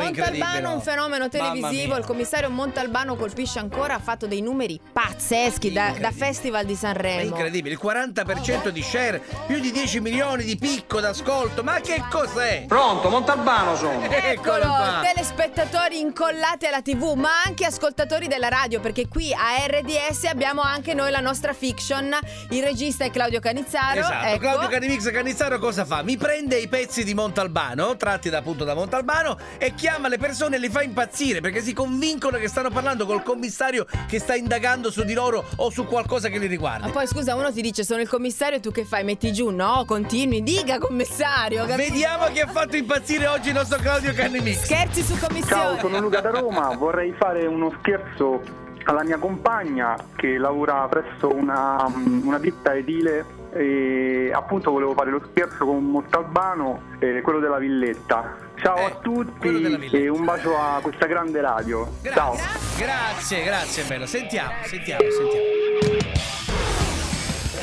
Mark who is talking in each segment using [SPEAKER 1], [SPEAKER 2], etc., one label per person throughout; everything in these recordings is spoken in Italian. [SPEAKER 1] Montalbano è un fenomeno televisivo, il commissario Montalbano colpisce ancora, ha fatto dei numeri pazzeschi da, da
[SPEAKER 2] Incredibile.
[SPEAKER 1] Festival di
[SPEAKER 2] È
[SPEAKER 1] Sanremo.
[SPEAKER 2] incredibile, il 40% di share, più di 10 milioni di picco d'ascolto, ma che cos'è?
[SPEAKER 3] Pronto, Montalbano sono.
[SPEAKER 2] Eccolo
[SPEAKER 1] Eccolo,
[SPEAKER 2] qua.
[SPEAKER 1] telespettatori incollati alla TV, ma anche ascoltatori della radio, perché qui a RDS abbiamo anche noi la nostra fiction. Il regista è Claudio Canizzaro.
[SPEAKER 2] Esatto,
[SPEAKER 1] ecco.
[SPEAKER 2] Claudio Canimix Canizzaro cosa fa? Mi prende i pezzi di Montalbano, tratti da, appunto da Montalbano, e chiama le persone e le fa impazzire perché si convincono che stanno parlando col commissario che sta indagando su di loro o su qualcosa che li
[SPEAKER 1] Ma
[SPEAKER 2] riguarda.
[SPEAKER 1] poi scusa, uno ti dice sono il commissario, tu che fai? Metti giù, no? Continui, dica commissario. cap-
[SPEAKER 2] Vediamo chi ha fatto impazzire oggi il nostro Claudio Canimix.
[SPEAKER 1] Scherzi su commissione.
[SPEAKER 4] Ciao, sono Luca da Roma, vorrei fare uno scherzo alla mia compagna che lavora presso una, mm, una ditta edile e appunto volevo fare lo scherzo con Montalbano, eh, quello della Villetta. Ciao
[SPEAKER 2] Eh,
[SPEAKER 4] a
[SPEAKER 2] quello della
[SPEAKER 4] tutti
[SPEAKER 2] Villetta.
[SPEAKER 4] e un bacio a questa grande radio. Ciao.
[SPEAKER 2] Grazie, grazie, grazie, bello. Sentiamo, sentiamo, sentiamo.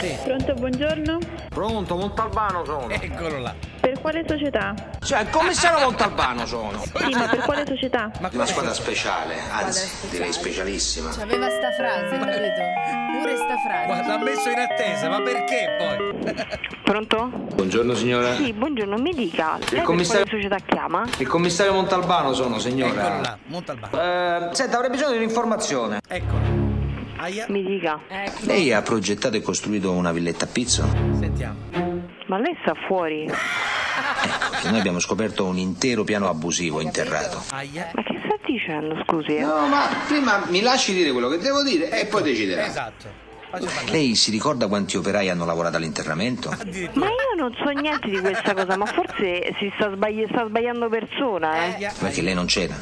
[SPEAKER 2] Sì,
[SPEAKER 5] Pronto, buongiorno.
[SPEAKER 3] Pronto, Montalbano sono.
[SPEAKER 2] eccolo là.
[SPEAKER 5] Per quale società?
[SPEAKER 3] Eh, Cioè, il commissario Montalbano sono.
[SPEAKER 5] Sì, ma per quale società?
[SPEAKER 2] Ma
[SPEAKER 3] Una
[SPEAKER 2] come
[SPEAKER 3] squadra speciale, anzi, direi specialissima.
[SPEAKER 1] C'aveva sta frase, capito? Pure sta frase.
[SPEAKER 2] Guarda, l'ha messo in attesa, ma perché poi?
[SPEAKER 6] Pronto?
[SPEAKER 3] Buongiorno signora.
[SPEAKER 6] Sì, buongiorno, mi dica. Lei per
[SPEAKER 3] commissario-
[SPEAKER 6] quale società chiama?
[SPEAKER 3] Il commissario Montalbano sono,
[SPEAKER 2] Eccolo
[SPEAKER 3] signora.
[SPEAKER 2] là, Montalbano.
[SPEAKER 3] Eh, senta, avrei bisogno di un'informazione.
[SPEAKER 2] Eccolo. Aia,
[SPEAKER 6] Mi dica,
[SPEAKER 1] Ecco.
[SPEAKER 3] Lei ha progettato e costruito una villetta a pizzo?
[SPEAKER 2] sentiamo.
[SPEAKER 6] ma lei sta fuori? Ma
[SPEAKER 3] Che noi abbiamo scoperto un intero piano abusivo interrato.
[SPEAKER 2] Aia.
[SPEAKER 6] che sta dicendo, scusi? eh?
[SPEAKER 3] No, ma prima mi lasci dire quello che devo dire e poi deciderà.
[SPEAKER 2] Esatto. Faccio parlare.
[SPEAKER 3] Lei si ricorda quanti operai hanno lavorato all'interramento?
[SPEAKER 2] Addirittura.
[SPEAKER 6] Ma io non so niente di questa cosa, ma forse si sta, sbagli- sta sbagliando persona, eh?
[SPEAKER 2] Aia.
[SPEAKER 3] Perché lei non c'era.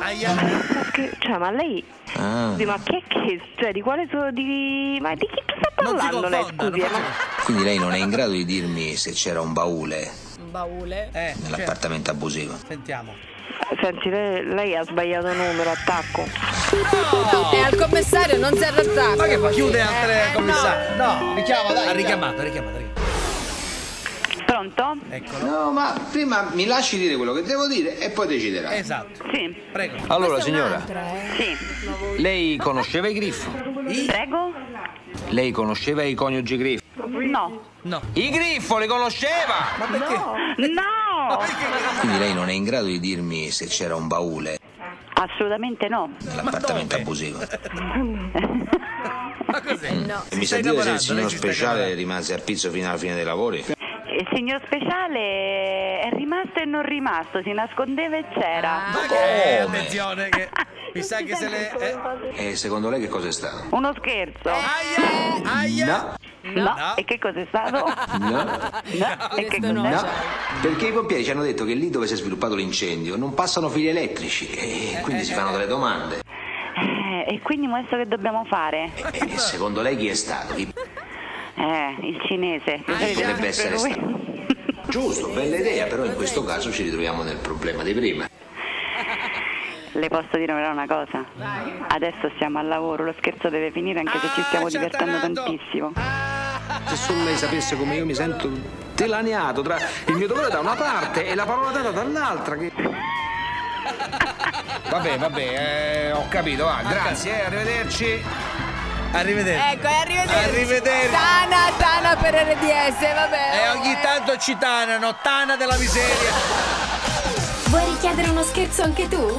[SPEAKER 2] Aia.
[SPEAKER 6] Ma che- Cioè, ma lei...
[SPEAKER 3] Ah,
[SPEAKER 6] scusi, Ma che che... Cioè, di quale so... Di... Ma di chi sta
[SPEAKER 2] Non certo. si
[SPEAKER 6] parlando lei,
[SPEAKER 2] confonda.
[SPEAKER 6] scusi? eh, ma-
[SPEAKER 3] quindi lei non è in grado di dirmi se c'era un baule
[SPEAKER 1] Un baule.
[SPEAKER 2] Eh, certo.
[SPEAKER 3] nell'appartamento abusivo.
[SPEAKER 2] Sentiamo.
[SPEAKER 6] Senti, lei, lei ha sbagliato numero, attacco.
[SPEAKER 1] E al commissario non si arresta.
[SPEAKER 2] Oh! Ma che fa? Chiude al
[SPEAKER 1] Eh,
[SPEAKER 2] tre
[SPEAKER 1] eh,
[SPEAKER 2] commissario. No, richiama, dai. Ha richiamato, ha richiamato, ha richiamato.
[SPEAKER 6] Pronto?
[SPEAKER 2] Eccolo.
[SPEAKER 3] No, ma prima mi lasci dire quello che devo dire e poi deciderà.
[SPEAKER 2] Esatto.
[SPEAKER 6] Sì,
[SPEAKER 2] Prego.
[SPEAKER 3] Allora,
[SPEAKER 1] Questa è
[SPEAKER 3] signora,
[SPEAKER 1] un'altra, eh.
[SPEAKER 6] sì.
[SPEAKER 3] lei conosceva i Griffo?
[SPEAKER 6] Prego?
[SPEAKER 3] Lei conosceva i coniugi Griffo?
[SPEAKER 6] No.
[SPEAKER 2] No.
[SPEAKER 3] I Griffo li conosceva!
[SPEAKER 2] Ma perché?
[SPEAKER 6] No!
[SPEAKER 2] Eh.
[SPEAKER 3] Quindi lei non è in grado di dirmi se c'era un baule
[SPEAKER 6] Assolutamente no.
[SPEAKER 3] nell'appartamento
[SPEAKER 2] dove?
[SPEAKER 3] abusivo.
[SPEAKER 2] Ma cos'è? No.
[SPEAKER 3] E Eh, mi sa dire se il signor speciale rimase a pizzo fino alla fine dei lavori?
[SPEAKER 6] Il signor speciale è rimasto e non rimasto, si nascondeva e c'era.
[SPEAKER 2] Ma che?
[SPEAKER 3] Oh, Come?
[SPEAKER 2] Attenzione che... Mi sa che se le... eh.
[SPEAKER 3] E secondo lei che cosa è stato?
[SPEAKER 6] Uno scherzo.
[SPEAKER 2] Aia! Aia!
[SPEAKER 6] no.
[SPEAKER 2] Eh. no.
[SPEAKER 6] E che cos'è stato?
[SPEAKER 3] No,
[SPEAKER 6] No. E che
[SPEAKER 1] Questo no.
[SPEAKER 6] cos'è?
[SPEAKER 3] no. Perché i pompieri ci hanno detto che lì dove si è sviluppato l'incendio non passano fili elettrici e quindi si fanno delle domande.
[SPEAKER 6] Eh, e quindi adesso che dobbiamo fare?
[SPEAKER 3] E secondo lei chi è stato? Chi
[SPEAKER 6] Eh, il cinese.
[SPEAKER 3] potrebbe essere stato? Giusto, bella idea, però in questo caso ci ritroviamo nel problema di prima.
[SPEAKER 6] Le posso dire però una cosa? Adesso siamo al lavoro, lo scherzo deve finire anche se ci stiamo
[SPEAKER 2] Ah, ci ha
[SPEAKER 6] divertendo
[SPEAKER 2] tarato.
[SPEAKER 6] tantissimo.
[SPEAKER 3] Se solo lei sapesse come io mi sento telaneato tra il mio dolore da una parte e la parola data dall'altra. Che... Vabbè, vabbè, eh, ho capito,
[SPEAKER 2] ah,
[SPEAKER 3] va, grazie, eh, arrivederci.
[SPEAKER 2] Arrivederci.
[SPEAKER 1] Ecco, e arrivederci.
[SPEAKER 2] Arrivederci.
[SPEAKER 1] Tana, Tana per RDS, vabbè.
[SPEAKER 2] E ogni tanto ci tanano, tana della miseria.
[SPEAKER 7] Vuoi richiedere uno scherzo anche tu?